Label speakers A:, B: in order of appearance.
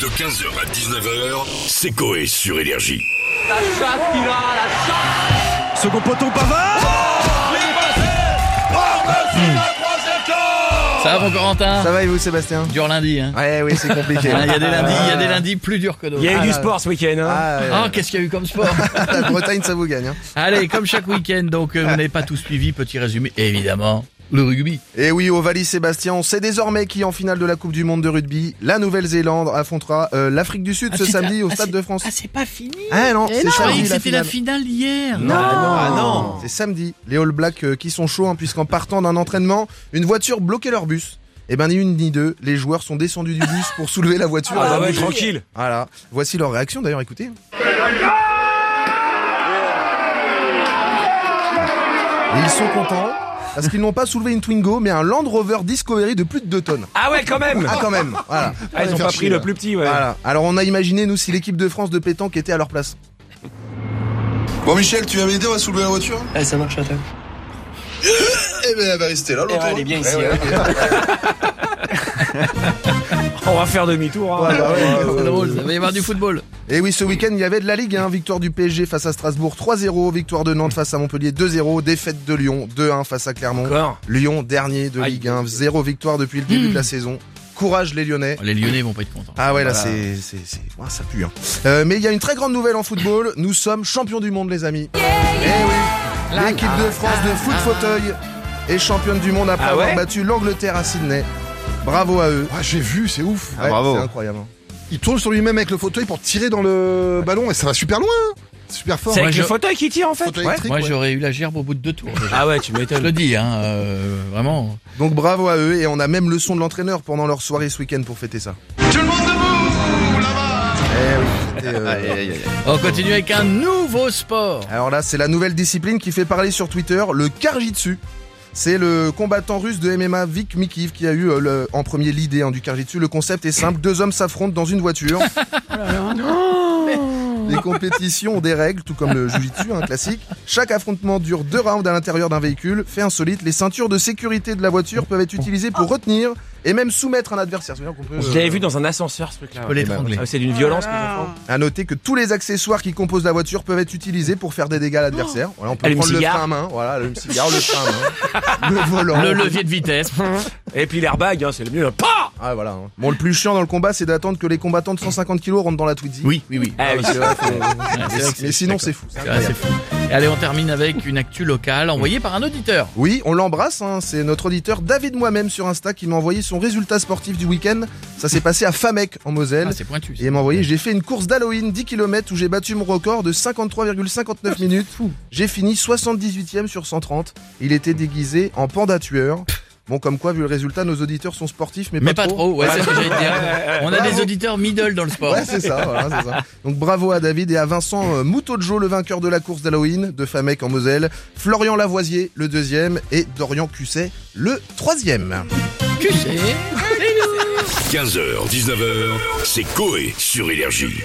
A: De 15h à 19h, c'est Coé sur Énergie.
B: La chasse qu'il a, la chasse
C: Second poteau Pavard
D: Ça va mon Corentin
E: Ça va et vous Sébastien
D: Dur lundi hein.
E: Ouais oui c'est compliqué.
D: Il y a des lundis, il y a des lundis plus durs que d'autres.
C: Il y a eu du sport ce week-end. Hein.
E: Ah, ouais.
D: Ah, qu'est-ce qu'il y a eu comme sport
E: La Bretagne ça vous gagne. Hein.
D: Allez, comme chaque week-end, donc euh, vous n'avez pas tout suivi, petit résumé, évidemment, le rugby.
E: Et oui au Valis Sébastien on sait désormais qui en finale de la Coupe du Monde de rugby, la Nouvelle-Zélande affrontera euh, l'Afrique du Sud ce samedi au Stade de France.
D: Ah, c'est pas fini
E: Ah non
D: Je
E: c'est
D: croyais
E: samedi
D: que
E: la
D: c'était la
E: finale.
D: finale hier
E: Non, ah non. C'est samedi. Les All Blacks euh, qui sont chauds hein, puisqu'en partant d'un entraînement, une voiture bloquait leur bus. Et ben ni une ni deux, les joueurs sont descendus du bus pour soulever la voiture.
C: Ah,
E: avant
C: ouais,
E: de-
C: tranquille.
E: Voilà. Voici leur réaction d'ailleurs, écoutez. Et ils sont contents parce qu'ils n'ont pas soulevé une Twingo mais un Land Rover Discovery de plus de 2 tonnes.
C: Ah ouais, quand même.
E: Ah quand même, voilà.
C: Ah, ils ont
E: Faire
C: pas
E: chier,
C: pris le
E: là.
C: plus petit, ouais.
E: Voilà. Alors on a imaginé nous si l'équipe de France de pétanque était à leur place.
F: Bon Michel, tu vas m'aider, on va soulever la voiture
G: Ah, ça marche, attends.
F: Eh ben elle va rester là, l'autre. Eh
G: elle est bien ici. hein.
C: On va faire demi-tour. hein.
E: Voilà, ouais.
D: C'est drôle, ça va y avoir du football.
E: Et oui, ce week-end, il y avait de la Ligue 1. Victoire du PSG face à Strasbourg 3-0. Victoire de Nantes face à Montpellier 2-0. Défaite de Lyon 2-1 face à Clermont.
C: Encore.
E: Lyon, dernier de
C: Aïe.
E: Ligue 1. Zéro victoire depuis le début de
G: Hmm.
E: la saison. Courage les Lyonnais.
D: Les Lyonnais vont pas être contents.
E: Ah ouais, là, c'est, c'est, c'est, ouah, ça pue. hein. Euh, mais il y a une très grande nouvelle en football. Nous sommes champions du monde, les amis. Eh oui. L'équipe de France de foot fauteuil est championne du monde après
C: Ah
E: avoir
C: ouais
E: battu l'Angleterre à Sydney. Bravo à eux.
H: Ah, j'ai vu, c'est ouf.
E: Ouais,
H: bravo.
E: C'est incroyable. hein.
H: Il tourne sur lui-même avec le fauteuil pour tirer dans le ballon et ça va super loin. hein. C'est super fort.
C: C'est avec
D: je-
C: le fauteuil qui tire en fait.
H: Fauteuil
C: Ouais.
H: électrique,
D: Moi
H: ouais.
D: j'aurais eu la gerbe au bout de deux tours. déjà.
C: Ah ouais, tu
D: Je le
C: m'étonnes.
D: dis, hein, euh, vraiment.
E: Donc bravo à eux et on a même le son de l'entraîneur pendant leur soirée ce week-end pour fêter ça. Tout le monde debout là-bas. Eh oui, c'était, euh,
D: On continue avec un nouveau sport.
E: Alors là, c'est la nouvelle discipline qui fait parler sur Twitter, le karjitsu. C'est le combattant russe de MMA Vic Mikiv qui a eu euh, le- en premier l'idée hein, du karjitsu. Le concept est simple, deux hommes s'affrontent dans une voiture. Les compétitions ont des règles, tout comme le jujitsu hein, classique. Chaque affrontement dure deux rounds à l'intérieur d'un véhicule. Fait insolite, les ceintures de sécurité de la voiture peuvent être utilisées pour retenir et même soumettre un adversaire. bah, C'est bien compris,
C: Je
E: euh,
C: l'avais vu dans un ascenseur ce truc-là.
D: On peut
C: ouais.
D: l'étrangler.
C: Ah, C'est d'une violence. que ça prend.
E: À noter que tous les accessoires qui composent la voiture peuvent être utilisés pour faire des dégâts à l'adversaire. Voilà, on peut
C: Allume
E: prendre le
C: cigare.
E: frein à main, voilà, le cigare, le frein à main, le volant.
D: Le levier de vitesse.
C: Et puis l'airbag, hein, c'est le mieux. Pas.
E: Ah, voilà. hein. Bon, le plus chiant dans le combat, c'est d'attendre que les combattants de 150 kg rentrent dans la Twizy.
D: Oui, oui, oui.
C: Ah oui, c'est vrai, faut-
E: Mais, mais sinon, c'est fou. c'est
D: Ah,
E: incroyable.
D: c'est fou. Et allez, on termine avec une actu locale envoyée par un auditeur.
E: Oui, on l'embrasse. hein. C'est notre auditeur David moi-même sur Insta qui m'a envoyé son résultat sportif du week-end. Ça s'est passé à Famec en Moselle.
D: Ah, c'est pointu. ça.
E: Et il m'a envoyé, j'ai fait une course d'Halloween 10 km où j'ai battu mon record de 53,59 minutes. J'ai fini 78e sur 130. Il était déguisé en panda tueur. Bon, comme quoi, vu le résultat, nos auditeurs sont sportifs, mais,
D: Mais pas trop, ouais, c'est ce que j'allais te dire. On a
E: Bravo.
D: des auditeurs middle dans le sport.
E: Ouais, c'est ça, voilà, c'est ça. Donc bravo à David et à Vincent euh, Moutojo, le vainqueur de la course d'Halloween de Famec en Moselle, Florian Lavoisier, le deuxième, et Dorian Cusset, le troisième.
D: Tu sais.
A: 15h, 19h, c'est Coé sur Énergie.